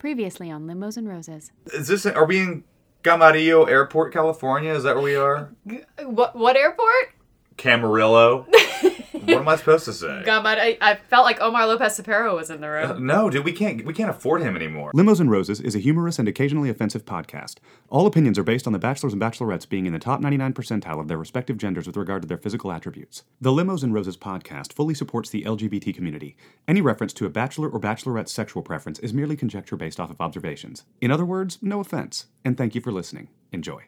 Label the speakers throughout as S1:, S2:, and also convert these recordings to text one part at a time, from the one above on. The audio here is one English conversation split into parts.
S1: Previously on Limos and Roses.
S2: Is this? Are we in Camarillo Airport, California? Is that where we are?
S3: What what airport?
S2: Camarillo. what am I supposed to say?
S3: God, but I, I felt like Omar Lopez Sapero was in the
S2: Uh,
S3: room.
S2: No, dude, we can't. We can't afford him anymore.
S4: Limos and Roses is a humorous and occasionally offensive podcast. All opinions are based on the bachelors and bachelorettes being in the top 99 percentile of their respective genders with regard to their physical attributes. The Limos and Roses podcast fully supports the LGBT community. Any reference to a bachelor or bachelorette's sexual preference is merely conjecture based off of observations. In other words, no offense, and thank you for listening. Enjoy.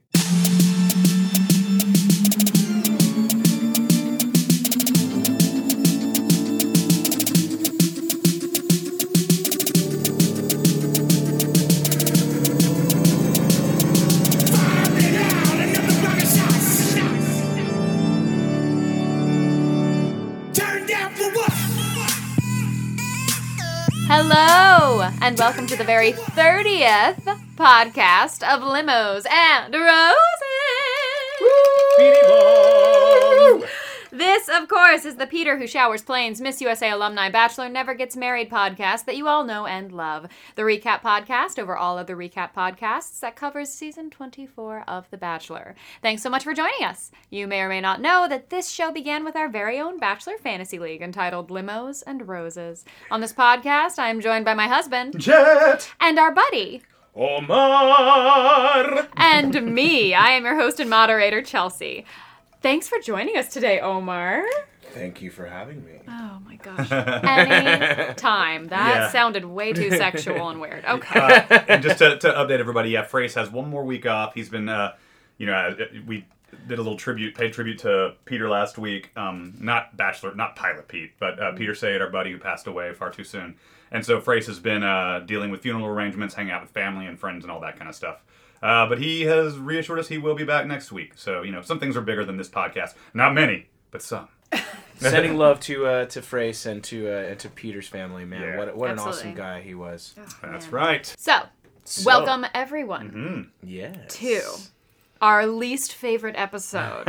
S5: Turn down for what?
S3: Hello, and welcome to the very 30th podcast of Limos and Roses. This, of course, is the Peter Who Showers Planes Miss USA Alumni Bachelor Never Gets Married podcast that you all know and love. The recap podcast over all other recap podcasts that covers season 24 of The Bachelor. Thanks so much for joining us. You may or may not know that this show began with our very own Bachelor Fantasy League entitled Limos and Roses. On this podcast, I am joined by my husband
S2: Jet.
S3: and our buddy.
S2: Omar.
S3: And me. I am your host and moderator, Chelsea. Thanks for joining us today, Omar.
S6: Thank you for having me.
S3: Oh my gosh. Any time. That
S2: Yeah. Uh,
S3: sounded way too sexual and weird. Okay.
S2: and just to, to update everybody, yeah, Frace has one more week off. He's been, uh, you know, uh, we did a little tribute, paid tribute to Peter last week. Um, not Bachelor, not Pilot Pete, but uh,
S6: Mm-hmm.
S2: Peter Sayed, our buddy who passed away far too soon. And so Frace has been uh, dealing with funeral arrangements, hanging out with family and friends, and all that kind of stuff. Uh, but he has reassured us he will be back next week. So you know, some things are bigger than this podcast. Not many, but some.
S6: Sending love to uh, to Frace and to uh, and to Peter's family, man.
S2: Yeah.
S6: What what
S3: Absolutely.
S6: an awesome guy he was.
S2: That's right.
S3: So,
S6: So-
S3: welcome everyone
S2: Mm-hmm.
S6: Yes.
S3: to our least favorite episode.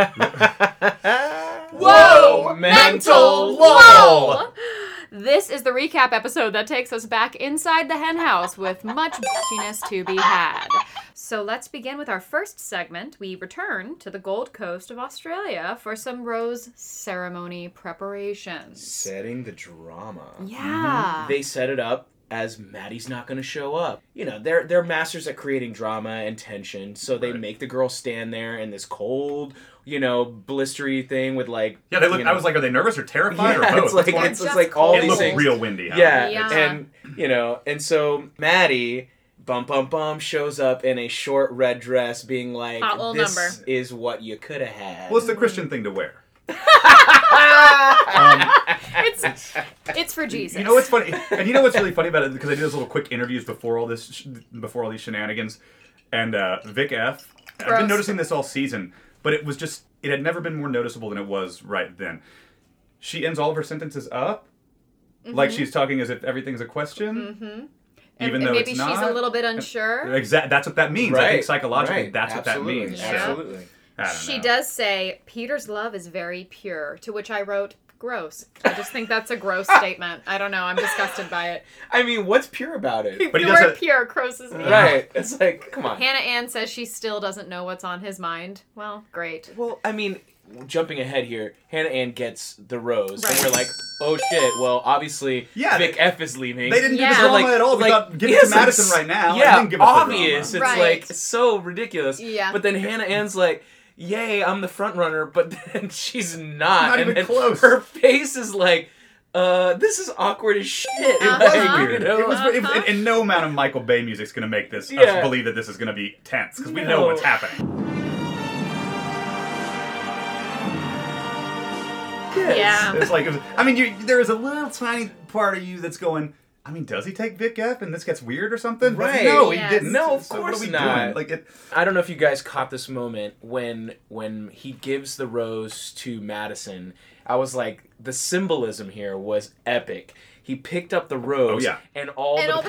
S6: Whoa,
S3: Mental
S6: mental
S3: Whoa!
S6: wall.
S3: This is the recap episode that takes us back inside the hen house with much bitchiness to be had. So let's begin with our first segment. We return to the Gold Coast of Australia for some rose ceremony preparations.
S6: Setting the drama.
S2: Mm-hmm.
S3: Yeah.
S6: They set it up as Maddie's not going to show up. You know, they're they're masters at creating drama and tension, so they make the girl stand there in this cold, you know, blistery thing with like
S2: Yeah, they look.
S6: you know-
S2: I was like, are they nervous or terrified or
S6: yeah,
S2: both?
S6: it's like
S2: What's going on?
S6: it's, it's
S3: Just
S6: like all
S3: cold.
S2: it
S6: these
S2: looked
S6: things.
S2: real windy. out
S6: yeah,
S3: Yeah.
S6: and you know and so maddie bum bum bum shows up in a short red dress being like
S3: Hot little
S6: this
S3: number."
S6: is what you could have had
S2: Well, it's the Christian thing to wear.
S3: It's it's for Jesus.
S2: You know what's funny, and you know what's really funny about it because I do those little quick interviews before all this, sh- before all these shenanigans, and uh, Vic F. I've
S3: Gross.
S2: been noticing this all season, but it was just it had never been more noticeable than it was right then. She ends all of her sentences up, like she's talking as if everything's a question,
S3: Mm-hmm. And-
S2: even
S3: and
S2: though
S3: maybe she's
S2: it's not.
S3: a little bit unsure.
S2: Exact. That's what that means. I think psychologically,
S6: right,
S2: that's
S6: absolutely,
S2: what that means. So,
S6: absolutely
S2: I don't
S3: She
S2: know.
S3: does say Peter's love is very pure, to which I wrote gross. I just think that's a gross statement. I don't know. I'm disgusted by it.
S6: i mean what's pure about it
S2: But he
S3: the
S2: does
S3: word
S2: it-
S3: pure crosses me. out.
S6: right it's like come on
S3: Hannah Ann says she still doesn't know what's on his mind. Well, great.
S6: well i mean jumping ahead here hannah ann gets the rose
S3: Right.
S6: and we're like oh shit well obviously
S2: Yeah,
S6: vic f is leaving
S2: They didn't
S3: Yeah.
S2: do the drama
S6: Like-
S2: at all. They
S6: like,
S2: thought, give
S6: yes,
S2: it to Madison
S6: it's-
S2: right now.
S6: Yeah,
S2: they didn't give us the drama.
S6: obvious. It's
S3: Right.
S6: like so ridiculous.
S3: Yeah.
S6: But then Hannah Ann's like, "Yay, I'm the front runner," but then she's not.
S2: Not
S6: and
S2: even
S6: then
S2: close.
S6: Her face is like, "Uh, this is awkward as shit."
S3: was
S6: Like,
S3: weird.
S6: you know?
S2: It was, it,
S3: Uh-huh.
S2: and- and no amount of Michael Bay music's gonna make this
S6: Yeah.
S2: us believe that this is gonna be tense because we
S6: No.
S2: know what's happening.
S6: Yes.
S3: Yeah.
S2: It's like, it was, I mean, you, there is a little tiny part of you that's going. I mean, does he take Vic F and this gets weird or something? But
S6: Right.
S2: no,
S3: Yes.
S2: he didn't.
S6: No, of
S2: So what are
S6: course
S2: we
S6: not.
S2: Doing? Like, it,
S6: I don't know if you guys caught this moment when when he gives the rose to Madison. I was like, the symbolism here was epic. He picked up the rose,
S2: Oh, yeah.
S6: and all
S3: And
S6: the
S3: all the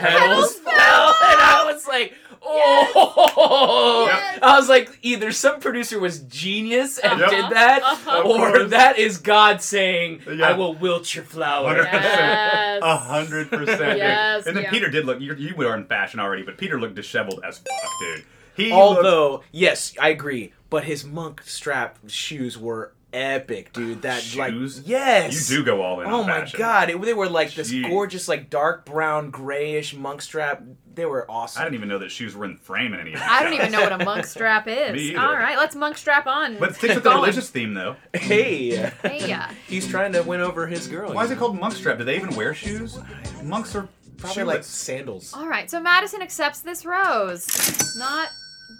S3: petals
S6: petals fell, and I was like, oh,
S3: Yes.
S6: I I was like, either some producer was genius and
S2: Yep.
S6: did that,
S3: Uh-huh.
S2: Of
S6: or
S2: course.
S6: that is God saying,
S2: Yeah.
S6: "I will wilt your flower."
S2: Hundred percent.
S3: Yes.
S2: A hundred percent.
S3: Yes,
S2: dude. And then
S3: yeah.
S2: Peter did look. You, you were in fashion already, but Peter looked disheveled as fuck, dude. He looked,
S6: Although, yes, I agree. But his monk strap shoes were epic, dude. That
S2: Shoes?
S6: like, yes,
S2: you do go all in.
S6: Oh
S2: on
S6: my
S2: fashion.
S6: god, it, they were like this
S2: Jeez.
S6: gorgeous, like dark brown, grayish monk strap. They were awesome.
S2: I didn't even know that shoes were in frame in any of these
S3: I don't
S2: guys.
S3: even know what a monk strap is.
S2: Me either.
S3: All right, let's monk strap on.
S2: But it sticks with the
S3: Going.
S2: religious theme though.
S6: hey,
S3: Hey, yeah.
S6: he's trying to win over his girl.
S2: Why is it called monk strap? Do they even wear shoes? Monks are
S6: Probably
S2: shoeless.
S6: like sandals.
S3: All right, so Madison accepts this rose. Not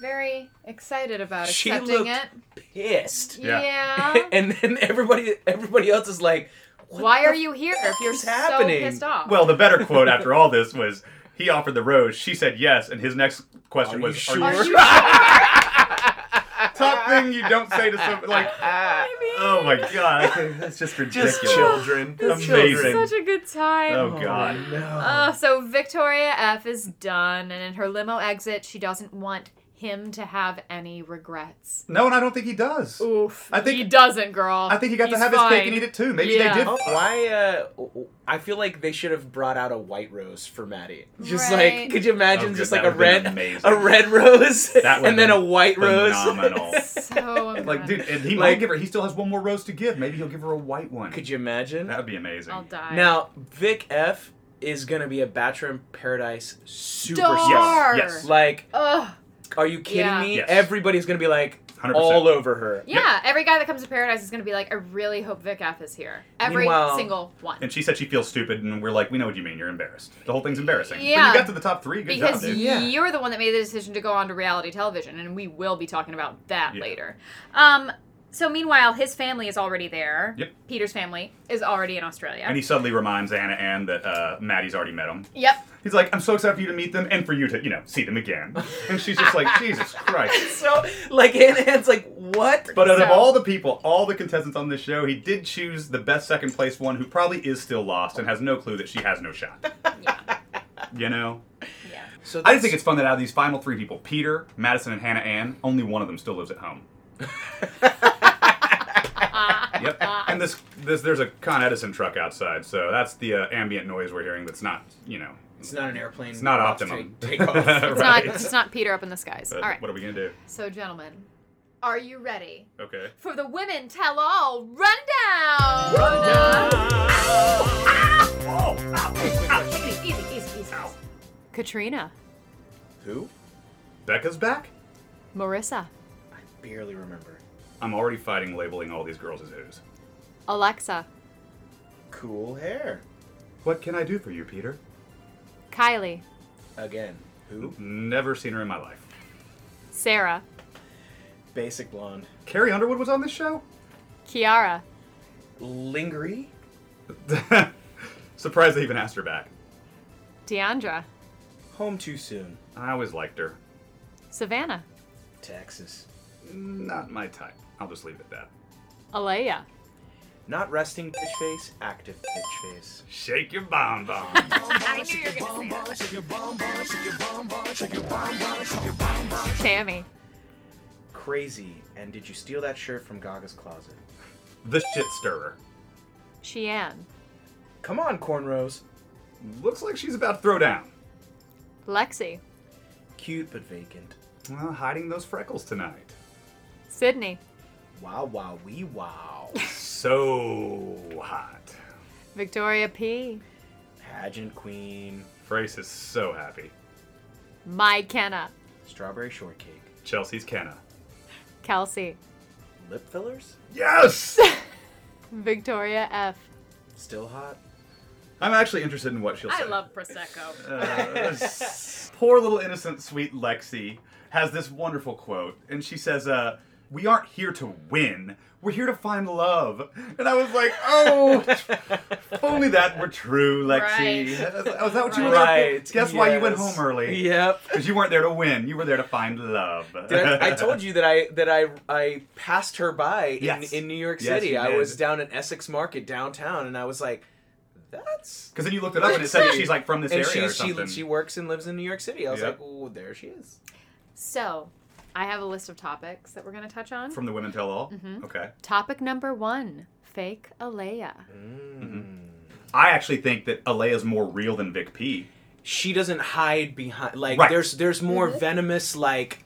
S3: very excited about
S6: She
S3: accepting
S6: looked-
S3: it.
S6: Pissed.
S2: Yeah.
S3: Yeah.
S6: and then everybody, everybody else is like, what
S3: Why
S6: the
S3: are you here if you're
S6: is
S3: so
S6: happening?
S3: pissed off?
S2: Well, the better quote after all this was he offered the rose, she said yes, and his next question
S6: Are
S2: was
S6: you
S2: Are
S3: Are
S2: you
S3: you
S2: sure? Top thing you don't say to someone like Oh my god, that's just ridiculous.
S6: Just children.
S2: Amazing.
S3: such a good time?
S2: Oh god.
S3: Oh, so Victoria F is done, and in her limo exit, she doesn't want him to have any regrets.
S2: No, and I don't think he does.
S3: Oof.
S2: I think-
S3: he doesn't, girl.
S2: I think he got
S3: He's
S2: to have
S3: fine.
S2: his cake and eat it too. Maybe
S3: Yeah.
S2: they did.
S6: Oh, why? Uh, w- w- I feel like they should have brought out a white rose for Maddie. Just
S3: Right.
S6: like, could you imagine
S2: Oh,
S6: just
S2: good,
S6: like
S2: that
S6: a
S2: would've been
S6: red,
S2: amazing.
S6: a red rose,
S2: That would've
S6: and then
S2: been
S6: a white rose?
S2: Phenomenal.
S3: So I'm
S2: like, dude, and he might
S6: Like-
S2: give her. He still has one more rose to give. Maybe he'll give her a white one.
S6: could you imagine?
S2: That would be amazing.
S3: I'll die.
S6: Now, Vic F is gonna be a Bachelor in Paradise superstar.
S3: Star.
S2: Yes, yes.
S6: Like,
S3: Ugh.
S6: are you kidding
S3: Yeah.
S6: me?
S2: Yes.
S6: Everybody's gonna be like
S2: 100%.
S6: all over her.
S3: Yeah, every guy that comes to Paradise is gonna be like, I really hope Vic F is here. Every
S6: Meanwhile-
S3: single one.
S2: And she said she feels stupid, and we're like, we know what you mean. You're embarrassed. The whole thing's embarrassing.
S3: Yeah.
S2: But you got to the top three. Good
S3: because
S2: job, dude.
S6: Yeah.
S3: you're the one that made the decision to go on to reality television, and we will be talking about that
S2: Yeah.
S3: later. Um, so meanwhile, his family is already there.
S2: Yep.
S3: Peter's family is already in Australia.
S2: And he suddenly reminds Anna Ann that uh, Maddie's already met him.
S3: yep.
S2: He's like, I'm so excited for you to meet them and for you to, you know, see them again. And she's just like, Jesus Christ.
S6: So, like, Anna Ann's like, what?
S2: But out of
S3: So-
S2: all the people, all the contestants on this show, he did choose the best second place one who probably is still lost and has no clue that she has no shot. You know?
S3: Yeah.
S6: So
S2: I just think it's fun that out of these final three people, Peter, Madison, and Hannah Ann, only one of them still lives at home. yep. And this, this there's a Con Edison truck outside, so that's the uh, ambient noise we're hearing that's not, you know,
S6: it's not an airplane.
S2: it's not
S6: about to
S2: optimum.
S6: Take, take off.
S3: It's
S2: Right.
S3: not. It's not Peter up in the skies.
S2: But
S3: All right.
S2: uh, What are we going to do?
S3: So, gentlemen, are you ready
S2: Okay.
S3: for the women tell all rundown? Easy, easy, easy, easy. Katrina,
S6: Who?
S2: Becca's back?
S3: Marissa,
S6: I barely remember.
S2: I'm already fighting labeling all these girls as who's.
S3: Alexa,
S6: Cool hair.
S2: What can I do for you, Peter?
S3: Kylie,
S6: Again. Who?
S2: Never seen her in my life.
S3: Sarah,
S6: Basic blonde.
S2: Carrie Underwood was on this show?
S3: Kiara,
S6: Lingerie?
S2: Surprised they even asked her back.
S3: Deandra,
S6: Home too soon.
S2: I always liked her.
S3: Savannah,
S6: Texas.
S2: Not my type. I'll just leave it at that.
S3: Alea,
S6: Not resting bitch face, active bitch face.
S2: Shake your bonbon.
S3: Tammy,
S6: Crazy. And did you steal that shirt from Gaga's closet?
S2: the shit stirrer.
S3: Shean,
S6: Come on, cornrows.
S2: Looks like she's about to throw down.
S3: Lexi,
S6: Cute but vacant.
S2: Well, hiding those freckles tonight.
S3: Sydney,
S6: Wow, wow, wee, wow.
S2: So hot.
S3: Victoria P,
S6: Pageant queen.
S2: Frace is so happy.
S3: My Kenna,
S6: Strawberry shortcake.
S2: Chelsea's Kenna.
S3: Kelsey,
S6: Lip fillers?
S2: Yes!
S3: Victoria F.
S6: Still hot?
S2: I'm actually interested in what she'll say.
S3: prosecco.
S2: Poor little innocent, sweet Lexi has this wonderful quote, and she says, uh, "We aren't here to win. We're here to find love." And I was like, "Oh, if only that were true, Lexi."
S3: Right.
S2: Was that what you were there
S6: Right.
S2: for? Guess why you went
S6: yes.
S2: home early?
S6: Yep.
S2: Because you weren't there to win. You were there to find love.
S6: Did I, I told you that I that I I passed her by in,
S2: Yes.
S6: in New York
S2: Yes,
S6: City.
S2: you
S6: I
S2: did.
S6: was down at Essex Market downtown, and I was like, "That's."
S2: Because then you looked it up and it said that she's like from this
S6: and
S2: area
S6: she,
S2: or something.
S6: she she works and lives in New York City. I was
S2: Yep.
S6: like, "Oh, there she is."
S3: So, I have a list of topics that we're going to touch on.
S2: From the Women Tell All? Okay.
S3: Topic number one fake Alea.
S2: I actually think that Alea's more real than Vic P.
S6: she doesn't hide behind like
S2: Right.
S6: there's there's more
S3: Mm-hmm.
S6: venomous like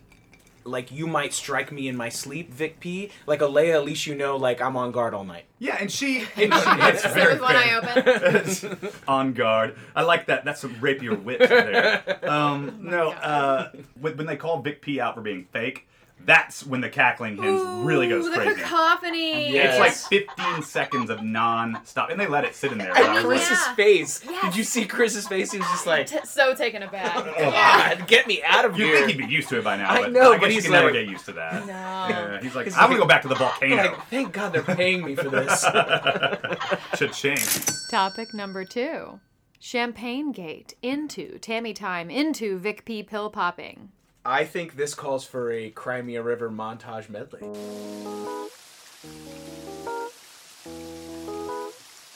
S6: like you might strike me in my sleep Vic P like Alea at least you know like I'm on guard all night
S2: Yeah, and she, and she it's
S3: It
S2: very
S3: was one eye
S2: fair.
S3: open.
S2: on guard. I like that. That's some rapier wit there.
S3: Oh
S2: Um, no, uh, when, when they call Vic P out for being fake, that's when the cackling hens really goes
S3: Ooh, the
S2: crazy.
S3: cacophony.
S6: Yeah.
S2: It's like
S6: Yes.
S2: 15 seconds of non-stop, and they let it sit in there.
S6: and
S2: I was
S6: Chris's
S2: like,
S3: yeah.
S6: face
S3: Yes.
S6: did you see Chris's face he was just like
S3: T- so taken aback.
S2: Oh,
S3: yeah.
S6: God get me out of
S2: You'd
S6: here
S2: think he'd be used to it by now,
S6: I
S2: but
S6: know,
S2: I guess
S6: but
S2: you
S6: he's
S2: can never
S6: like-
S2: get used to that.
S3: No.
S2: Yeah, he's like,
S6: It's
S2: I'm gonna
S6: like-
S2: go back to the volcano.
S6: like thank God they're paying me for this
S2: Cha-ching.
S3: Topic number two Champagne Gate into Tammy Time into Vic P pill popping.
S6: I think this calls for a Crimea River montage medley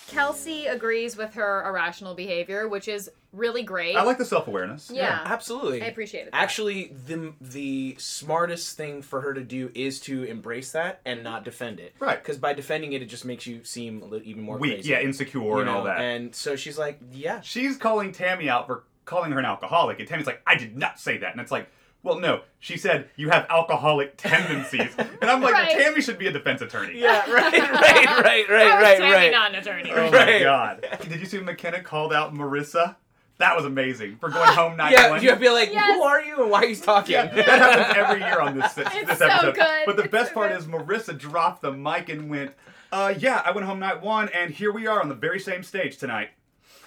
S3: Kelsey agrees with her irrational behavior, which is really great.
S2: I like the self-awareness.
S3: yeah.
S6: Absolutely.
S3: I appreciated that.
S6: Actually, the the smartest thing for her to do is to embrace that and not defend it.
S2: Right.
S6: Because by defending it, it just makes you seem a little, even more
S2: Weak,
S6: crazy.
S2: yeah, insecure
S6: you
S2: and all
S6: know,
S2: that.
S6: And so she's like, yeah. sh-
S2: she's calling Tammy out for calling her an alcoholic, and Tammy's like, I did not say that. And it's like, well, no, she said you have alcoholic tendencies. and I'm like,
S3: Right.
S2: Tammy should be a defense attorney.
S6: Yeah. Right. Right. Right. Right. Right. Right.
S3: Oh, not an attorney.
S2: Oh my
S6: Right.
S2: god. Did you see when McKenna called out Marissa? That was amazing for going home night
S6: Yeah.
S2: one.
S6: You'd be like,
S3: Yes.
S6: who are you and why are you talking?
S2: Yeah, that happens every year on this, this
S3: It's so
S2: episode.
S3: good.
S2: But the
S3: It's
S2: best
S3: so
S2: part
S3: good.
S2: is Marissa dropped the mic and went, uh, yeah, I went home night one, and here we are on the very same stage tonight.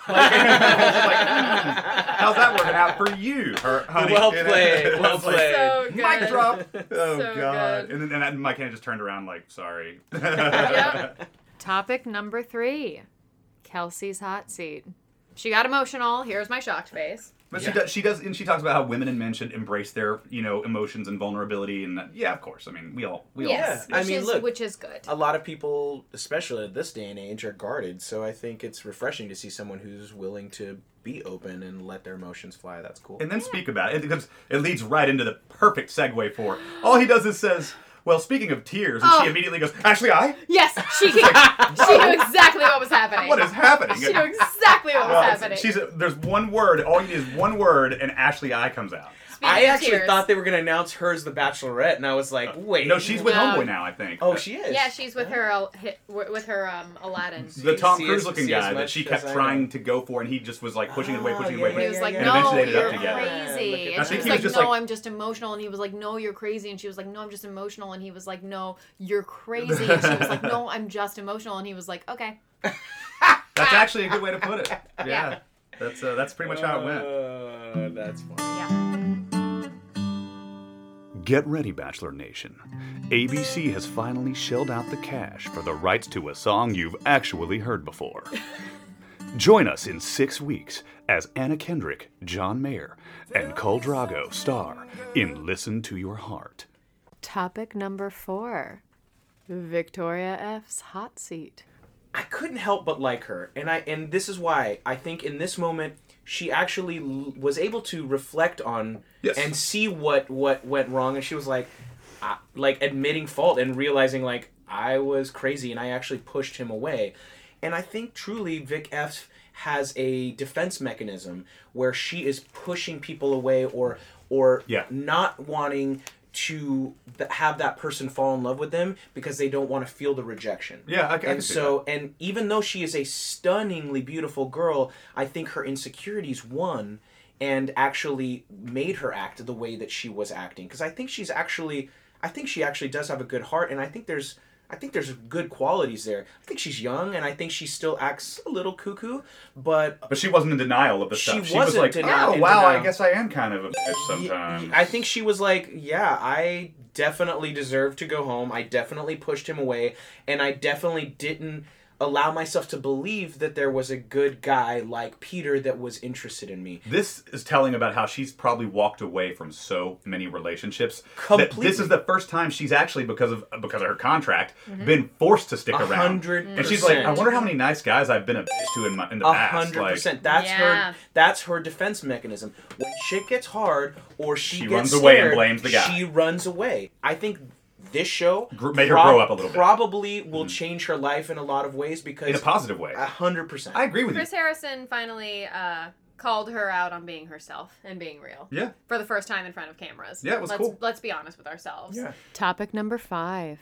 S2: Like, it's like, hmm, how's that working out for you, her, honey?
S6: Well
S2: You know?
S6: played. Well
S2: It's like,
S6: played.
S3: So good.
S2: Mic drop. Oh
S3: So
S2: God!
S3: good.
S2: And then and that mic kind of just turned around like, sorry.
S3: Yep. Topic number three Kelsey's hot seat. She got emotional. Here's my shocked face.
S2: But
S6: Yeah.
S2: she does. She does, and she talks about how women and men should embrace their, you know, emotions and vulnerability. And that, yeah, of course. I mean, we all, we
S3: yes.
S6: I
S3: which
S6: mean,
S3: is,
S6: look.
S3: Which is good.
S6: A lot of people, especially at this day and age, are guarded. So I think it's refreshing to see someone who's willing to be open and let their emotions fly. That's cool.
S2: all, and then speak about it. It, becomes, it leads right into the perfect segue for. All he does is says, "Well, speaking of tears," and
S3: Oh.
S2: she immediately goes, "Actually, I.
S3: Yes, she, she knew exactly what was happening.
S2: What is happening?"
S3: she knew exactly what was
S2: Well,
S3: happening.
S2: she's there's one word. All you need is one word, and Ashley I comes out.
S3: Speaking
S6: I
S3: of
S6: actually
S3: tears.
S6: thought they were going to announce her as the Bachelorette, and I was like, wait.
S2: No, she's with
S3: No.
S2: Homeboy now. I think.
S6: Oh, she is.
S3: Yeah, she's with her uh, hi- wi- with her um Aladdin.
S2: the Tom
S6: See as-
S2: Cruise looking
S6: see as
S2: guy that
S6: much
S2: she
S6: as
S2: kept
S6: I
S2: trying to go for, and he just was like pushing it away,
S6: Ah,
S2: pushing it
S6: yeah,
S2: away.
S6: yeah,
S3: And Oh, he was
S2: pushing it
S3: like,
S2: and
S3: "No,
S2: eventually they ended
S3: you're
S2: up together.
S3: crazy." And
S6: Yeah, look
S3: she
S6: at
S2: that.
S3: was
S2: I think he was
S3: like,
S2: just
S3: "No,
S2: like-
S3: I'm just emotional." And he was like, "No, you're crazy." And she was like, "No, I'm just emotional." And he was like, "No, you're crazy." And she was like, "No, I'm just emotional." And he was like, "Okay."
S2: That's actually a good way to put it. Yeah,
S3: Yeah.
S2: that's uh, that's pretty much how it went.
S6: Uh, that's funny.
S7: Get ready, Bachelor Nation. ABC has finally shelled out the cash for the rights to a song you've actually heard before. Join us in six weeks as Anna Kendrick, John Mayer, and Cole Drago star in Listen to Your Heart.
S1: Topic number four Victoria F's hot seat.
S6: I couldn't help but like her, and I and this is why I think in this moment she actually l- was able to reflect on
S2: Yes.
S6: and see what what went wrong, and she was like, I, like admitting fault and realizing like I was crazy and I actually pushed him away, and I think truly Vic F has a defense mechanism where she is pushing people away or or
S2: Yeah.
S6: not wanting to th- have that person fall in love with them because they don't want to feel the rejection
S2: Yeah, I, c- I can
S6: and
S2: see
S6: so and even though she is a stunningly beautiful girl i think her insecurities won and actually made her act the way that she was acting because i think she's actually i think she actually does have a good heart and i think there's i think there's good qualities there i think she's young and i think she still acts a little cuckoo but
S2: that. but she wasn't in denial of the
S6: She
S2: stuff. She was
S6: wasn't
S2: like,
S6: deni-
S2: "Oh
S6: in
S2: wow, I
S6: denial.
S2: guess I am kind of a bitch
S6: Y-
S2: sometimes."
S6: I think she was like, yeah, I definitely deserved to go home. I definitely pushed him away, and I definitely didn't. allow myself to believe that there was a good guy like Peter that was interested in me.
S2: This is telling about how she's probably walked away from so many relationships. that
S6: Completely.
S2: This is the first time she's actually because of because of her contract been forced to stick
S6: A
S2: around.
S6: hundred
S2: And she's like, I
S6: percent.
S2: wonder how many nice guys I've been a bitch to in my in the
S6: A
S2: past.
S6: hundred
S2: Like,
S6: percent. That's
S3: Yeah.
S6: her. That's her defense mechanism. When shit gets hard, or she,
S2: She
S6: gets
S2: runs away and
S6: scared,
S2: blames the guy.
S6: She runs away. I think this show
S2: Gr- made her grow up a little bit. Mm-hmm.
S6: Probably will change her life in a lot of ways because
S2: in a positive way.
S6: A hundred percent.
S2: I agree with
S3: Chris Harrison finally uh, called her out on being herself and being real.
S2: you. Yeah.
S3: For the first time in front of cameras.
S2: Yeah, it was
S3: let's,
S2: cool.
S3: Let's be honest with ourselves.
S6: Yeah.
S1: Topic number five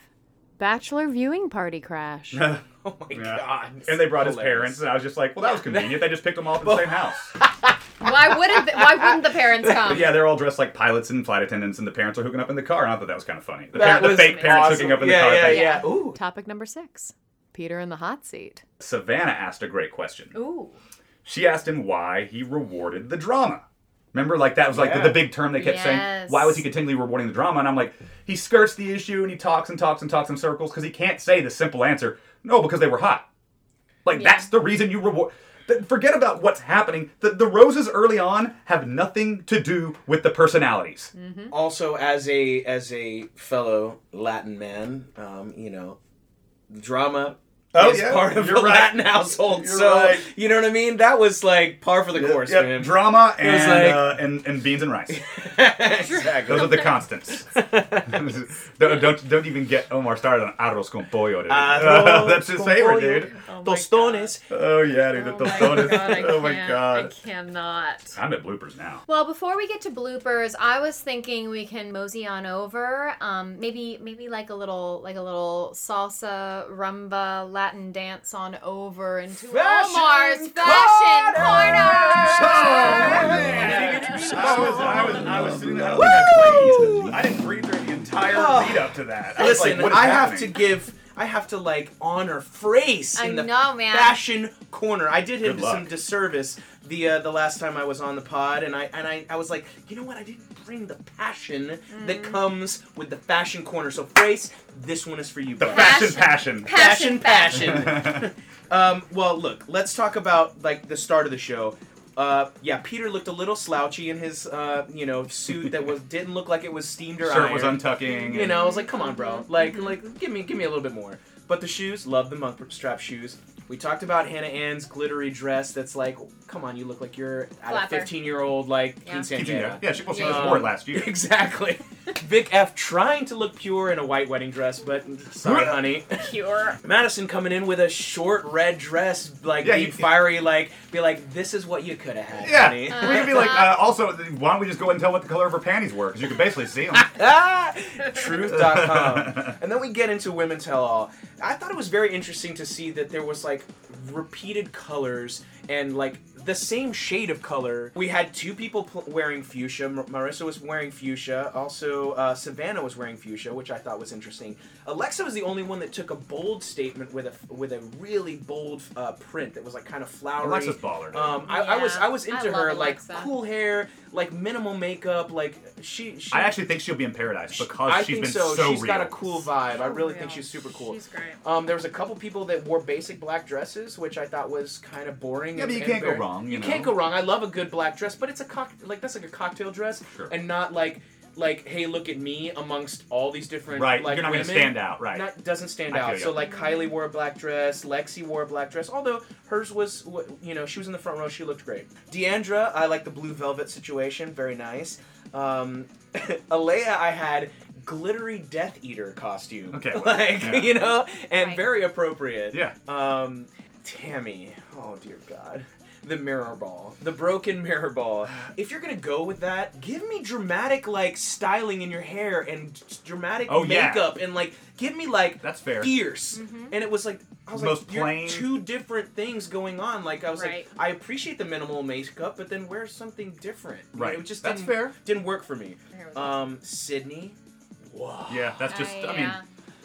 S1: Bachelor viewing party crash.
S6: Oh my
S2: Yeah.
S6: god.
S2: And they brought his
S6: Hilarious.
S2: parents, and I was just like, well, that was convenient. they just picked them all up in the same house.
S3: Why wouldn't th- Why wouldn't the parents come?
S2: But yeah, they're all dressed like pilots and flight attendants, and the parents are hooking up in the car. And I thought that was kind of funny. The,
S6: That
S2: parent- the
S6: was
S2: fake parents
S6: awesome.
S2: hooking up in
S6: yeah,
S2: the car.
S6: Yeah,
S2: thing.
S6: yeah, Ooh.
S1: Topic number six Peter in the hot seat.
S2: Savannah asked a great question.
S3: Ooh.
S2: She asked him why he rewarded the drama. Remember, like that was like the-
S6: Yeah.
S2: the, big term they kept saying.
S3: Yes.
S2: Why was he continually rewarding the drama? And I'm like, he skirts the issue and he talks and talks and talks in circles because he can't say the simple answer. No, because they were hot. Like
S3: Yeah.
S2: that's the reason you reward. th- Forget about what's happening. The, the roses early on have nothing to do with the personalities.
S6: Also, as a as a fellow Latin man, um, you know, drama.
S2: Oh,
S6: is
S2: yeah.
S6: part of
S2: You're
S6: a
S2: right.
S6: Latin household,
S2: You're
S6: so
S2: right.
S6: you know what I mean. That was like par for the course,
S2: Yep,
S6: man.
S2: drama
S6: was
S2: and,
S6: like-
S2: uh, and and beans and rice.
S6: exactly.
S2: Those are the constants. don't, don't don't even get Omar started on arroz con pollo, dude.
S6: Arroz
S2: That's his
S6: con
S2: favorite,
S6: pollo.
S2: dude.
S6: Tostones.
S2: Oh yeah, dude. The tostones. oh my
S3: I
S2: god.
S3: cannot.
S2: I'm at bloopers now.
S3: Well, before we get to bloopers, I was thinking we can mosey on over. Um, maybe maybe like a little like a little salsa rumba Latin dance on over into
S6: Fashion
S3: Omar's fashion corner.
S2: I was, I was, I was sitting there. I, don't think I, breathed. I didn't breathe during the entire lead up to that. I was
S6: Oh. Listen,
S2: like, what is
S6: I have to
S2: happening?
S6: give. I have to like honor Frace
S3: I
S6: in the
S3: know, man.
S6: fashion corner. I did him
S2: Good luck.
S6: some disservice the uh, the last time I was on the pod, and I and I, I was like, you know what? I didn't bring the passion
S3: Mm.
S6: that comes with the fashion corner. So Frace, this one is for you.
S2: the
S6: bud.
S2: fashion, passion.
S3: Passion,
S6: passion. um, well, look, let's talk about like the start of the show. Uh, yeah, Peter looked a little slouchy in his uh, you know suit that was didn't look like it was steamed or
S2: Shirt was
S6: ironed.
S2: untucking.
S6: You know, I was like, come on, bro. Like, like, give me, give me a little bit more. But the shoes, love the monk strap shoes. We talked about Hannah Ann's glittery dress. That's like, come on, you look like you're at a
S3: Flapper.
S6: 15 year old like
S3: Yeah.
S6: Queen
S2: and- Yeah,
S6: Santana.
S2: yeah, she was
S3: Yeah.
S2: yeah. wore it last year.
S6: Um, Exactly. Vic F trying to look pure in a white wedding dress, but sorry, honey.
S3: Pure.
S6: Madison coming in with a short red dress, like
S2: Yeah,
S6: being
S2: you-
S6: fiery, like be like, this is what you could have had,
S2: Yeah,
S6: honey.
S2: we're gonna be like. Uh, also, why don't we just go ahead and tell what the color of her panties were? Because you could basically see them.
S6: Ah! Truth.com. and then we get into Women Tell All. I thought it was very interesting to see that there was like repeated colors and like the same shade of color. We had two people pl- wearing fuchsia. Mar- Marissa was wearing fuchsia. Also, uh, Savannah was wearing fuchsia, which I thought was interesting. Alexa was the only one that took a bold statement with a f- with a really bold uh, print that was like kind of flowery.
S2: Alexa's baller, dude.
S6: Um, I, I was
S3: Yeah.
S6: I was
S3: I
S6: into
S3: love
S6: her
S3: Alexa.
S6: like cool hair, like minimal makeup, like she. she
S2: I actually think she'll be in paradise because
S6: I
S2: she's
S6: think
S2: been
S6: so.
S2: so,
S6: She's
S2: real.
S6: got a cool vibe. I really think
S3: real.
S6: she's super cool.
S3: She's great.
S2: Uh,
S6: Um, there was a couple people that wore basic black dresses, which I thought was kind of boring.
S2: Yeah,
S6: and-
S2: but you
S6: and
S2: can't go
S6: very-
S2: wrong, you know?
S6: can't go wrong. I love a good black dress, but it's a cock like that's like a cocktail dress,
S2: Sure.
S6: and not like like hey look at me amongst all these different
S2: Right,
S6: Like
S2: you're not
S6: women.
S2: gonna stand out, right?
S6: Not, doesn't stand
S2: I
S6: out.
S2: feel
S6: So
S2: ya.
S6: like Kylie wore a black dress, Lexi wore a black dress. Although hers was, w- you know, she was in the front row. She looked great. Deandra, I like the blue velvet situation. Very nice. Um, Alea, I had glittery Death Eater costume.
S2: Okay, well,
S6: like
S2: yeah.
S6: you know, and
S3: Right.
S6: very appropriate.
S2: Yeah.
S6: Um, Tammy. Oh dear God. The mirror ball, the broken mirror ball. If you're gonna go with that, give me dramatic like styling in your hair and dramatic
S2: Oh, yeah.
S6: makeup and like give me like
S2: That's fair.
S6: fierce. And it was like I was
S2: Most
S6: like you're
S2: plain.
S6: two different things going on. Like I was
S3: Right.
S6: like I appreciate the minimal makeup, but then wear something different. You know,
S2: Right.
S6: It just
S2: That's
S6: didn't,
S2: fair.
S6: Didn't work for me.
S3: Fair with
S6: Um, Sydney.
S2: Yeah, that's just.
S3: Uh,
S2: I mean,
S3: yeah.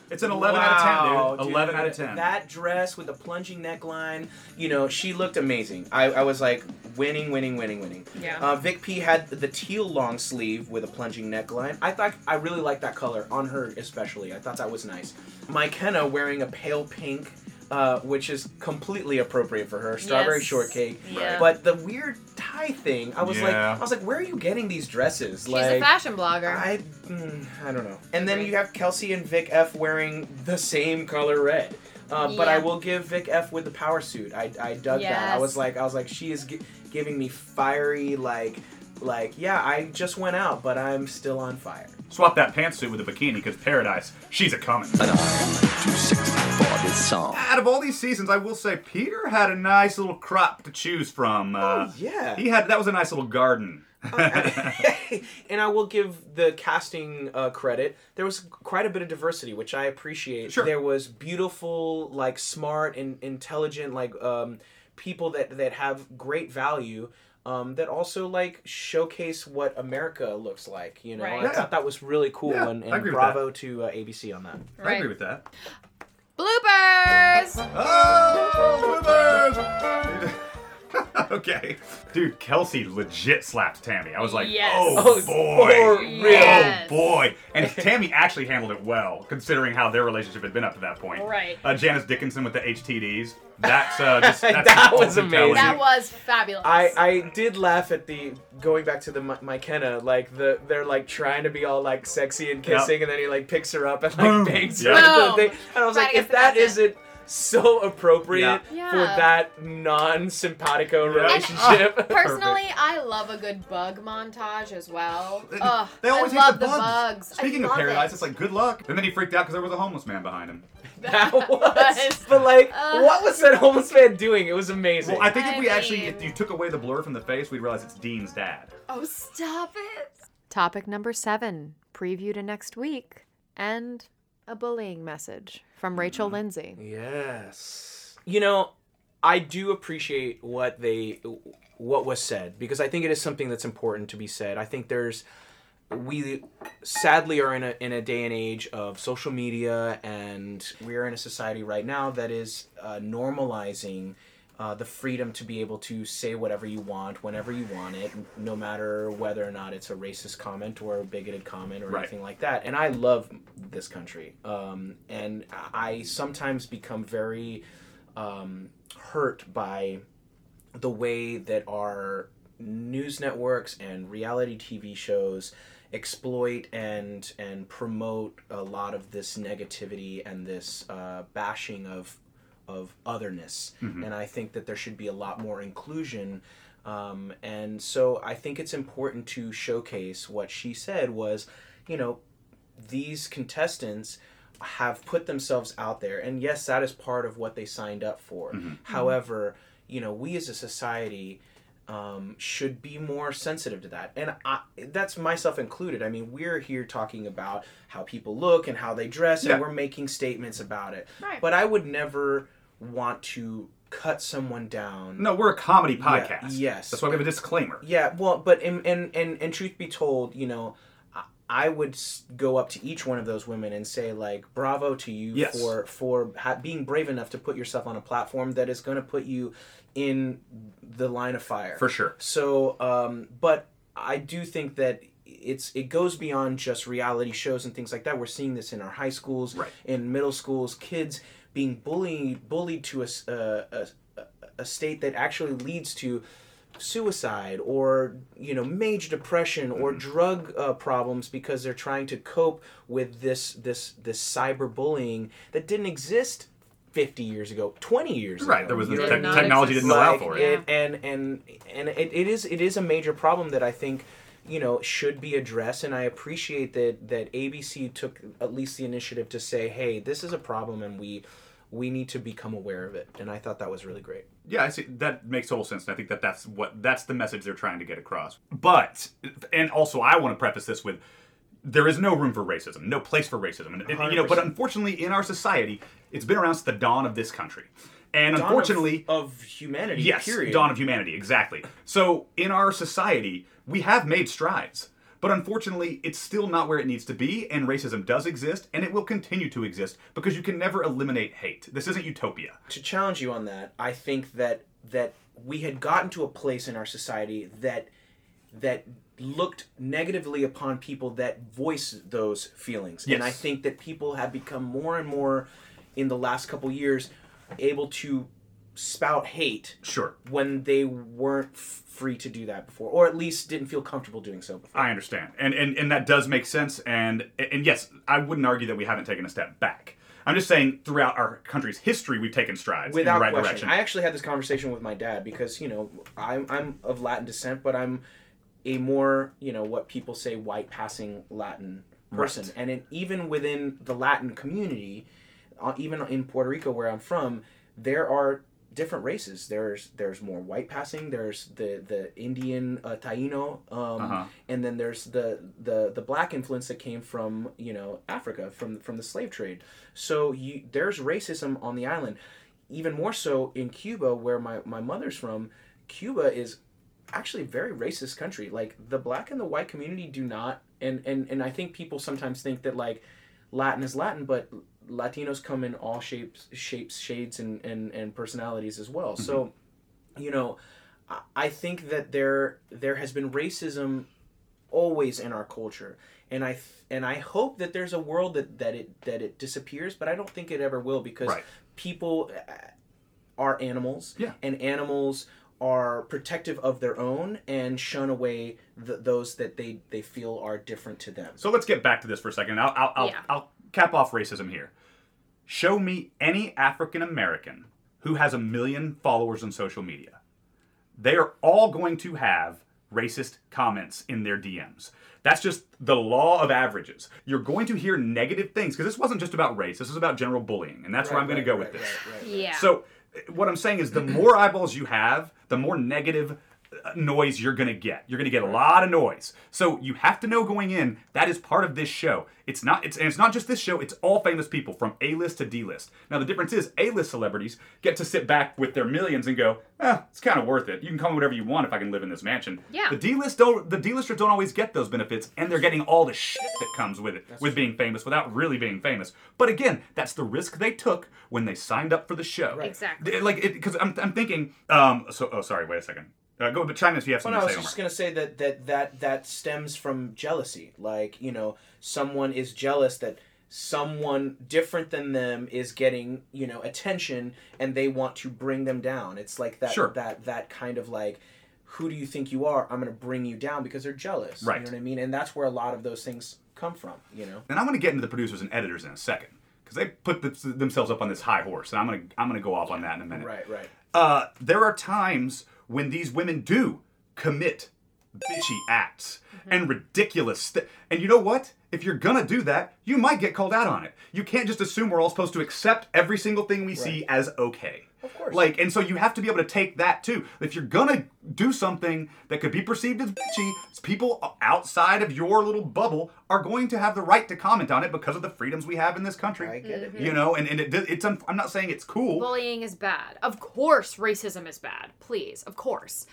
S2: it's an 11
S6: Wow,
S2: out of 10, dude.
S6: dude.
S2: 11 out of 10.
S6: That dress with the plunging neckline, you know, she looked amazing. I, I was like winning, winning, winning, winning.
S3: Yeah.
S6: Uh, Vic P had the teal long sleeve with a plunging neckline. I thought I really liked that color on her especially. I thought that was nice. Mike Henna wearing a pale pink uh, which is completely appropriate for her. Strawberry
S3: Yes.
S6: shortcake.
S3: Yeah.
S6: But the weird tie thing, I was like,
S2: Yeah.
S6: I was like, where are you getting these dresses?
S3: She's
S6: like,
S3: a fashion blogger.
S6: I, mm, I don't know. And then
S3: Agree.
S6: you have Kelsey and Vic F wearing the same color red. Uh, But I
S3: Yeah.
S6: will give Vic F with the power suit. I, I dug that. I
S3: Yes.
S6: was like I was like she is gi- giving me fiery like like yeah I just went out but I'm still on fire.
S2: Swap that pantsuit with a bikini because paradise, she's a coming. Out of all these seasons, I will say Peter had a nice little crop to choose from. Uh,
S6: Oh, yeah.
S2: he had that was a nice little garden.
S6: and I will give the casting uh, credit. There was quite a bit of diversity, which I appreciate.
S2: Sure.
S6: There was beautiful, like smart and intelligent, like um, people that that have great value. Um, that also like showcase what America looks like, you know.
S3: Right.
S6: I thought that was really cool,
S2: Yeah,
S6: and,
S2: I
S6: and
S2: agree with
S6: bravo to uh, ABC on that.
S2: I
S3: right.
S2: agree with that.
S3: Bloopers!
S2: Oh, bloopers! okay, dude, Kelsey legit slapped Tammy. I was like,
S3: Yes.
S2: oh
S6: Oh, for
S2: boy,
S3: real.
S2: oh boy, and Tammy actually handled it well, considering how their relationship had been up to that point.
S3: Right.
S2: Uh, Janice Dickinson with the HTDs. That's uh, just, that's
S6: That was
S2: all
S6: amazing.
S2: intelligent.
S3: That was fabulous.
S6: I, I did laugh at the going back to the Mi- McKenna like the they're like trying to be all like sexy and kissing and then he like picks her up and like
S2: Boom.
S6: bangs
S2: Yeah.
S6: her into the
S3: Boom.
S6: thing and I was
S3: Right
S6: like
S3: against
S6: if
S3: the
S6: that
S3: fence.
S6: isn't so appropriate
S3: Yeah.
S6: for
S3: Yeah.
S6: that non simpatico
S2: And,
S6: relationship
S3: Personally, I love a good bug montage as well. Ugh,
S2: they always
S3: I
S2: hate
S3: love
S2: the bugs.
S3: bugs. I
S2: Speaking of
S3: love
S2: paradise,
S3: it.
S2: it's like good luck. And then he freaked out because there was a homeless man behind him.
S6: that was but like
S3: Uh.
S6: what was that homeless man doing it was amazing
S2: Well, I think
S3: I
S2: if we actually
S3: mean-
S2: if you took away the blur from the face, we'd realize it's Dean's dad.
S3: oh, stop it.
S1: Topic number seven preview to next week and a bullying message from
S2: Mm-hmm.
S1: Rachel Lindsay.
S6: Yes. You know, I do appreciate what they what was said because I think it is something that's important to be said. I think there's we sadly are in a in a day and age of social media and we're in a society right now that is uh, normalizing uh, the freedom to be able to say whatever you want whenever you want it no matter whether or not it's a racist comment or a bigoted comment or
S2: Right.
S6: anything like that and i love this country um, and i sometimes become very um, hurt by the way that our news networks and reality TV shows exploit and and promote a lot of this negativity and this uh, bashing of of otherness. And I think that there should be a lot more inclusion. Um, and so I think it's important to showcase what she said was, you know, these contestants have put themselves out there and yes that is part of what they signed up for
S2: Mm-hmm.
S6: however you know we as a society um, should be more sensitive to that and I, that's myself included i mean we're here talking about how people look and how they dress
S2: Yeah.
S6: and we're making statements about it
S3: Right.
S6: but i would never want to cut someone down
S2: No, we're a comedy podcast.
S6: yes.
S2: That's why we have a disclaimer.
S6: yeah, well, but and and and, and truth be told, you know, I- I would s- go up to each one of those women and say like, "Bravo to you
S2: Yes.
S6: for for ha- being brave enough to put yourself on a platform that is going to put you in the line of fire."
S2: For sure.
S6: So, um, but I do think that it's it goes beyond just reality shows and things like that. We're seeing this in our high schools,
S2: Right.
S6: in middle schools, kids being bullied bullied to a, s- a- a- a state that actually leads to suicide or you know major depression or
S2: Mm-hmm.
S6: drug uh, problems because they're trying to cope with this this this cyberbullying that didn't exist 50 years ago 20 years
S2: Right,
S6: ago
S2: there was
S6: you
S2: the
S6: know
S2: tech-
S6: what I mean?
S2: technology didn't allow
S6: Like,
S2: for it.
S6: it- and and and it, it is it is a major problem that I think you know should be addressed and I appreciate that that ABC took at least the initiative to say hey this is a problem and we we need to become aware of it and I thought that was really great
S2: Yeah, I see. That makes total sense, and I think that that's what that's the message they're trying to get across. But and also, I want to preface this with there is no room for racism, no place for racism, and and, you know. But
S6: 100%.
S2: unfortunately, in our society, it's been around since the dawn of this country, and
S6: Dawn of-
S2: unfortunately,
S6: of, humanity
S2: yes,
S6: period.
S2: dawn of humanity, exactly. So in our society, we have made strides. But unfortunately, it's still not where it needs to be, and racism does exist, and it will continue to exist because you can never eliminate hate. This isn't utopia.
S6: to challenge you on that, I think that that we had gotten to a place in our society that that looked negatively upon people that voice those feelings. And I
S2: Yes.
S6: think that people have become more and more in the last couple years able to spout hate
S2: Sure.
S6: when they weren't f- free to do that before, or at least didn't feel comfortable doing so before.
S2: I understand, and and and that does make sense. And and yes, I wouldn't argue that we haven't taken a step back. I'm just saying throughout our country's history, we've taken strides
S6: Without
S2: in the right
S6: question,
S2: direction.
S6: I actually had this conversation with my dad because you know I'm I'm of Latin descent, but I'm a more you know what people say white passing Latin person,
S2: Right.
S6: and it, even within the Latin community, uh, even in Puerto Rico where I'm from, there are different races. There's there's more white passing. There's the the Indian uh, Taino, um,
S2: Uh-huh.
S6: and then there's the the the black influence that came from you know Africa from from the slave trade. So you there's racism on the island, even more so in Cuba where my my mother's from. Cuba is actually a very racist country. Like the black and the white community do not and and and I think people sometimes think that like Latin is Latin, but Latinos come in all shapes, shapes, shades, and and, and personalities as
S2: Mm-hmm.
S6: well. So, you know, I- I think that there there has been racism always in our culture, and I th- and I hope that there's a world that that it that it disappears, but I don't think it ever will because
S2: Right.
S6: people uh, are animals,
S2: Yeah.
S6: and animals are protective of their own and shun away th- those that they they feel are different to them.
S2: So let's get back to this for a second. I'll I'll, I'll,
S3: Yeah.
S2: I'll cap off racism here. Show me any African American who has a million followers on social media. They are all going to have racist comments in their DMs. That's just the law of averages. You're going to hear negative things because this wasn't just about race. This is about general bullying, and that's where I'm going
S6: Right,
S2: to go
S6: right,
S2: with this.
S6: right, right, right.
S3: Yeah.
S2: So uh, what I'm saying is the more eyeballs you have, the more negative uh, noise you're going to get. You're going to get a lot of noise. So you have to know going in that is part of this show. It's not it's and it's not just this show, it's all famous people from A-list to D-list. Now the difference is A-list celebrities get to sit back with their millions and go, "Ah, it's kind of worth it. You can call me whatever you want if I can live in this mansion."
S3: Yeah.
S2: The D-list don't the D-listers don't always get those benefits and they're getting all the shit that comes with it with being famous without really being famous. But again, that's the risk they took when they signed up for the show.
S3: Exactly.
S2: Th- Like, because I'm, I'm thinking. Um. So, oh, sorry. Wait a second. Uh, go, but chime in if you have
S6: Well,
S2: something
S6: Oh, no, I
S2: to
S6: was
S2: say, Omar.
S6: just gonna say that that that that stems from jealousy. Like you know, someone is jealous that someone different than them is getting you know attention, and they want to bring them down. It's like that
S2: Sure.
S6: that that kind of like. Who do you think you are? I'm going to bring you down because they're jealous.
S2: Right.
S6: You know what I mean? And that's where a lot of those things come from, you know?
S2: And I'm going to get into the producers and editors in a second because they put th- themselves up on this high horse, and I'm going to I'm going to go off on that in a minute.
S6: Right, right.
S2: Uh, there are times when these women do commit bitchy acts
S6: Mm-hmm.
S2: and ridiculous st- and you know what if you're gonna do that you might get called out on it you can't just assume we're all supposed to accept every single thing we see as okay of
S6: course.
S2: like and so you have to be able to take that too if you're gonna do something that could be perceived as bitchy people outside of your little bubble are going to have the right to comment on it because of the freedoms we have in this country
S6: I get it.
S2: you know and, and it, it's un- i'm not saying it's cool
S3: Bullying is bad. Of course, racism is bad. Please, of course.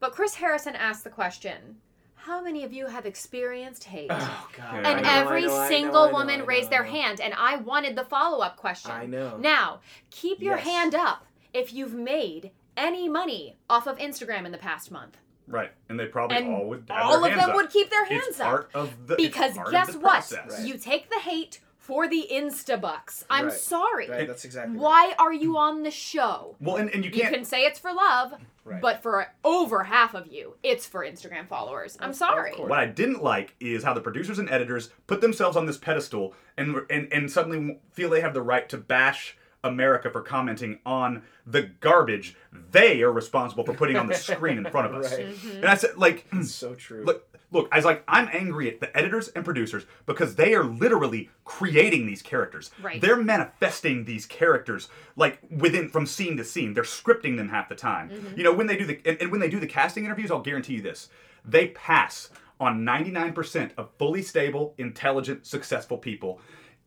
S3: But Chris Harrison asked the question How many of you have experienced hate?
S6: Oh, God.
S2: I
S3: and
S2: know, I
S3: every
S6: know, I know,
S3: single
S6: I know, I
S3: woman
S6: know,
S3: raised
S6: I
S3: their
S6: know.
S3: hand, and I wanted the follow up question.
S6: I know.
S3: Now, keep your
S6: Yes.
S3: hand up if you've made any money off of Instagram in the past month.
S2: Right, and they probably
S3: And
S2: all would. Have
S3: all
S2: their
S3: of
S2: hands
S3: them
S2: up.
S3: would keep their hands
S2: it's
S3: up.
S2: Part of the,
S3: Because
S2: it's part
S3: guess
S2: of the
S3: what?
S2: process.
S6: Right.
S3: You take the hate for the Instabucks. I'm
S6: Right.
S3: sorry.
S6: Right, that's exactly right.
S3: Why are you on the show?
S2: Well, and, and you
S3: You
S2: can't.
S3: can say it's for love,
S6: Right.
S3: but for over half of you, it's for Instagram followers. I'm sorry.
S6: course.
S2: what I didn't like is how the producers and editors put themselves on this pedestal and and and suddenly feel they have the right to bash America for commenting on the garbage they are responsible for putting on the screen in front of us.
S6: Right.
S2: And I said, like,
S6: So true.
S2: Look, look, I was like, I'm angry at the editors and producers because they are literally creating these characters.
S3: Right.
S2: They're manifesting these characters like within from scene to scene. They're scripting them half the time. You know, when they do the and, and when they do the casting interviews, I'll guarantee you this. They pass on 99% of fully stable, intelligent, successful people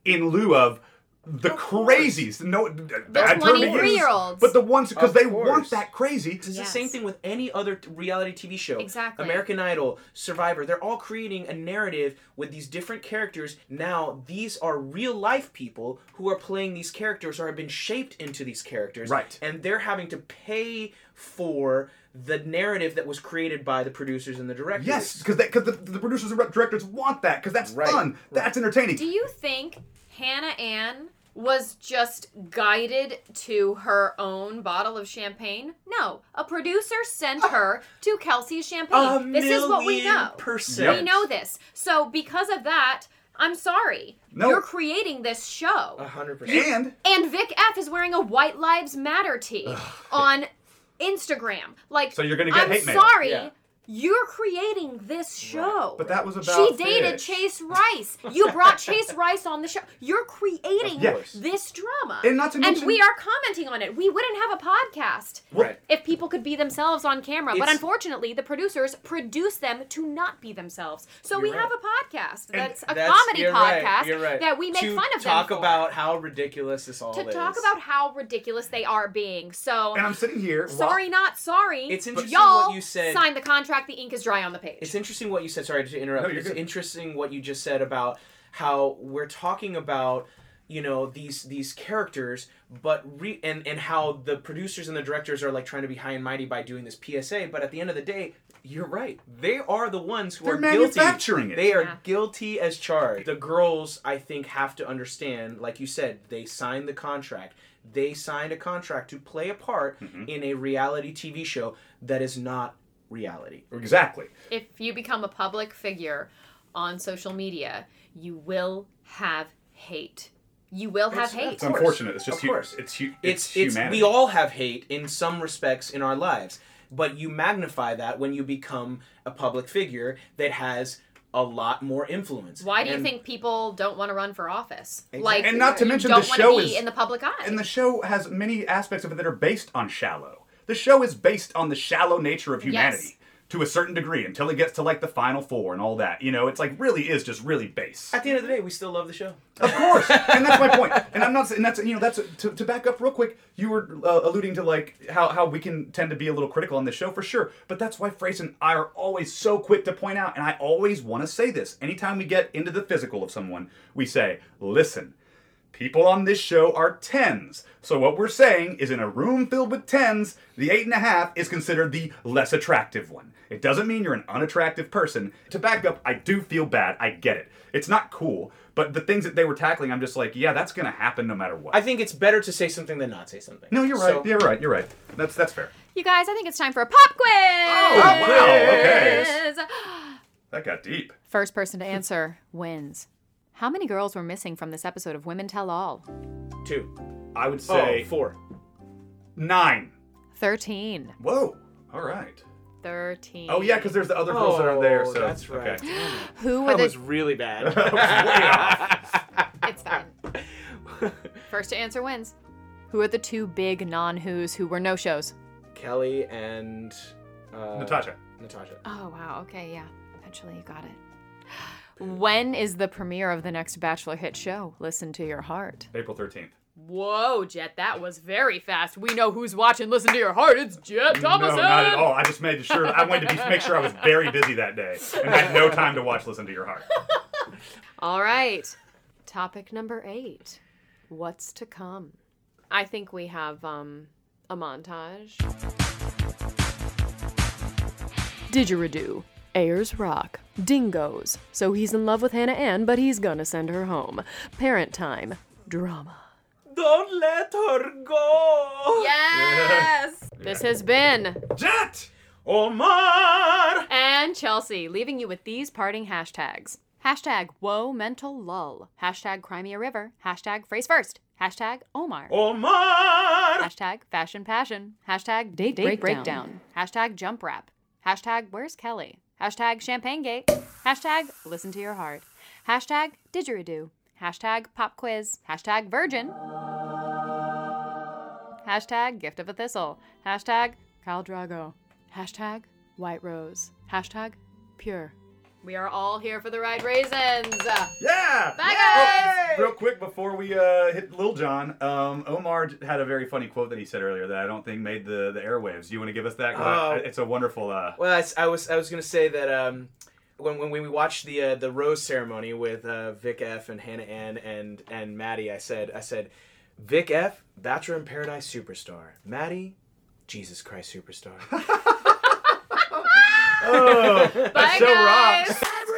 S2: in lieu of the crazies, no, bad term to use,
S3: 23-year-olds.
S2: but the ones because
S6: Of
S2: they want
S6: course.
S2: that crazy.
S6: It's
S3: Yes.
S6: the same thing with any other t- reality TV show.
S3: Exactly.
S6: American Idol, Survivor, they're all creating a narrative with these different characters. Now, these are real life people who are playing these characters or have been shaped into these characters.
S2: Right.
S6: And they're having to pay for the narrative that was created by the producers and the directors.
S2: Yes, because because the, the producers and directors want that because that's
S6: Right.
S2: fun, that's entertaining.
S3: Do you think Hannah Ann was just guided to her own bottle of champagne? No, a producer sent her to Kelsey's
S6: Oh. A
S3: champagne. This is what we
S6: million
S3: know.
S6: Percent.
S3: We know this. So because of that, I'm sorry.
S2: No.
S3: You're creating this show.
S6: A hundred percent.
S2: And
S3: And Vic F is wearing a White Lives Matter tee on Instagram. Like,
S2: So you're gonna get
S3: I'm
S2: hate mail.
S3: sorry.
S6: Yeah.
S3: You're creating this show.
S2: But that was about
S3: She dated
S2: fish.
S3: Chase Rice. You brought Chase Rice on the show. You're creating
S6: Of course.
S3: this drama.
S2: And not to mention-
S3: we are commenting on it. We wouldn't have a podcast
S6: Right.
S3: if people could be themselves on camera. but
S6: It's-
S3: unfortunately, the producers produce them to not be themselves. So we
S6: You're
S3: have
S6: right.
S3: a podcast that's a
S6: That's-
S3: comedy
S6: you're
S3: podcast
S6: right, you're right.
S3: that we make
S6: to
S3: fun of
S6: talk
S3: them for.
S6: about how ridiculous this all
S3: to
S6: is.
S3: talk about how ridiculous they are being. So
S2: and I'm sitting here.
S3: sorry, not sorry.
S6: It's interesting
S3: Y'all
S6: what you said.
S3: Sign the contract. The ink is dry on the page.
S6: It's interesting what you said. Sorry to interrupt.
S2: No, you're
S6: it's
S2: good.
S6: interesting what you just said about how we're talking about you know these these characters, but re- and and how the producers and the directors are like trying to be high and mighty by doing this PSA. But at the end of the day, you're right. They are the ones who
S2: They're
S6: are guilty.
S2: manufacturing it.
S6: They are
S3: Yeah.
S6: guilty as charged. The girls, I think, have to understand. Like you said, they signed the contract. They signed a contract to play a part
S2: Mm-hmm.
S6: in a reality TV show that is not reality.
S2: Exactly.
S3: if you become a public figure on social media, you will have hate. You will have hate.
S2: It's unfortunate. It's just
S6: Of
S2: hu-
S6: course.
S2: It's, hu- it's
S6: it's it's
S2: humanity.
S6: we all have hate in some respects in our lives but you magnify that when you become a public figure that has a lot more influence
S3: Why do you
S6: And
S3: think people don't want to run for office? Like,
S2: And not to
S3: you
S2: mention
S3: don't
S2: the
S3: want
S2: show
S3: to be
S2: is-
S3: in the public eye.
S2: and the show has many aspects of it that are based on shallow. The show is based on the shallow nature of humanity
S3: Yes.
S2: to a certain degree until it gets to like the final four and all that. You know, it's like really is just really base.
S6: at the end of the day we still love the show
S2: Of course, and that's my point. And I'm not, and that's you know, that's to, to back up real quick. You were uh, alluding to like how how we can tend to be a little critical on this show for sure, but that's why Frace and I are always so quick to point out, and I always want to say this anytime we get into the physical of someone, we say, listen. People on this show are tens. So what we're saying is in a room filled with tens, the eight and a half is considered the less attractive one. It doesn't mean you're an unattractive person. To back up, I do feel bad. I get it. It's not cool, but the things that they were tackling, I'm just like, yeah, that's gonna happen no matter what.
S6: i think it's better to say something than not say something
S2: no, you're right.
S6: So-
S2: you're right. You're right. That's that's fair.
S3: you guys, I think it's time for a pop quiz. Oh,
S2: wow, okay. That got deep.
S3: First person to answer wins. How many girls were missing from this episode of Women Tell All?
S6: two
S2: I would
S6: oh
S2: say
S6: four
S2: 9.
S3: 13.
S2: Whoa. All right.
S3: 13.
S2: Oh yeah, because there's the other girls that are there.
S6: Oh,
S2: So
S6: that's right
S2: Okay.
S3: Who were
S6: that
S3: the.
S6: was really bad
S3: It's fine. First to answer wins. Who are the two big non who's who were no shows?
S6: kelly and uh,
S2: Natasha.
S6: natasha
S3: Oh, wow. Okay, yeah. Eventually you got it. When is the premiere of the next Bachelor hit show? Listen to your heart.
S2: April 13th.
S3: Whoa, Jet, that was very fast. We know who's watching. Listen to your heart. It's Jet Thomason.
S2: No, not at all. I just made sure I wanted to be, make sure I was very busy that day and had no time to watch Listen to Your Heart.
S3: All right. Topic number eight. What's to come? I think we have um a montage. Didgeridoo. Ayers Rock. Dingoes. So he's in love with Hannah Ann, but he's gonna send her home. Parent time. Drama.
S6: don't let her go
S3: Yes! This has been
S2: Jet!
S6: omar
S3: and Chelsea, leaving you with these parting hashtags. Hashtag woe mental lull. Hashtag Crimea River. Hashtag phrase first. Hashtag Omar.
S6: omar
S3: Hashtag fashion passion. Hashtag date, date breakdown. Hashtag jump wrap. Hashtag where's Kelly? Hashtag champagne gate. Hashtag listen to your heart. Hashtag didgeridoo. Hashtag pop quiz. Hashtag virgin. Hashtag gift of a thistle. Hashtag Cal Drago. Hashtag white rose. Hashtag pure. We are all here for the right reasons.
S2: Yeah!
S3: Bye, guys!
S2: Real quick before we uh, hit Lil John, um, Omar j- had a very funny quote that he said earlier that I don't think made the, the airwaves. You want to give us that? 'Cause I-
S6: Oh.
S2: it's a wonderful. Uh,
S6: Well, I, s- I was I was gonna say that um, when when we watched the uh, the rose ceremony with uh, Vic F and Hannah Ann and and Maddie, I said I said, Vic F, Bachelor in Paradise superstar, Maddie, Jesus Christ superstar.
S2: oh, that show
S3: guys!
S2: rocks.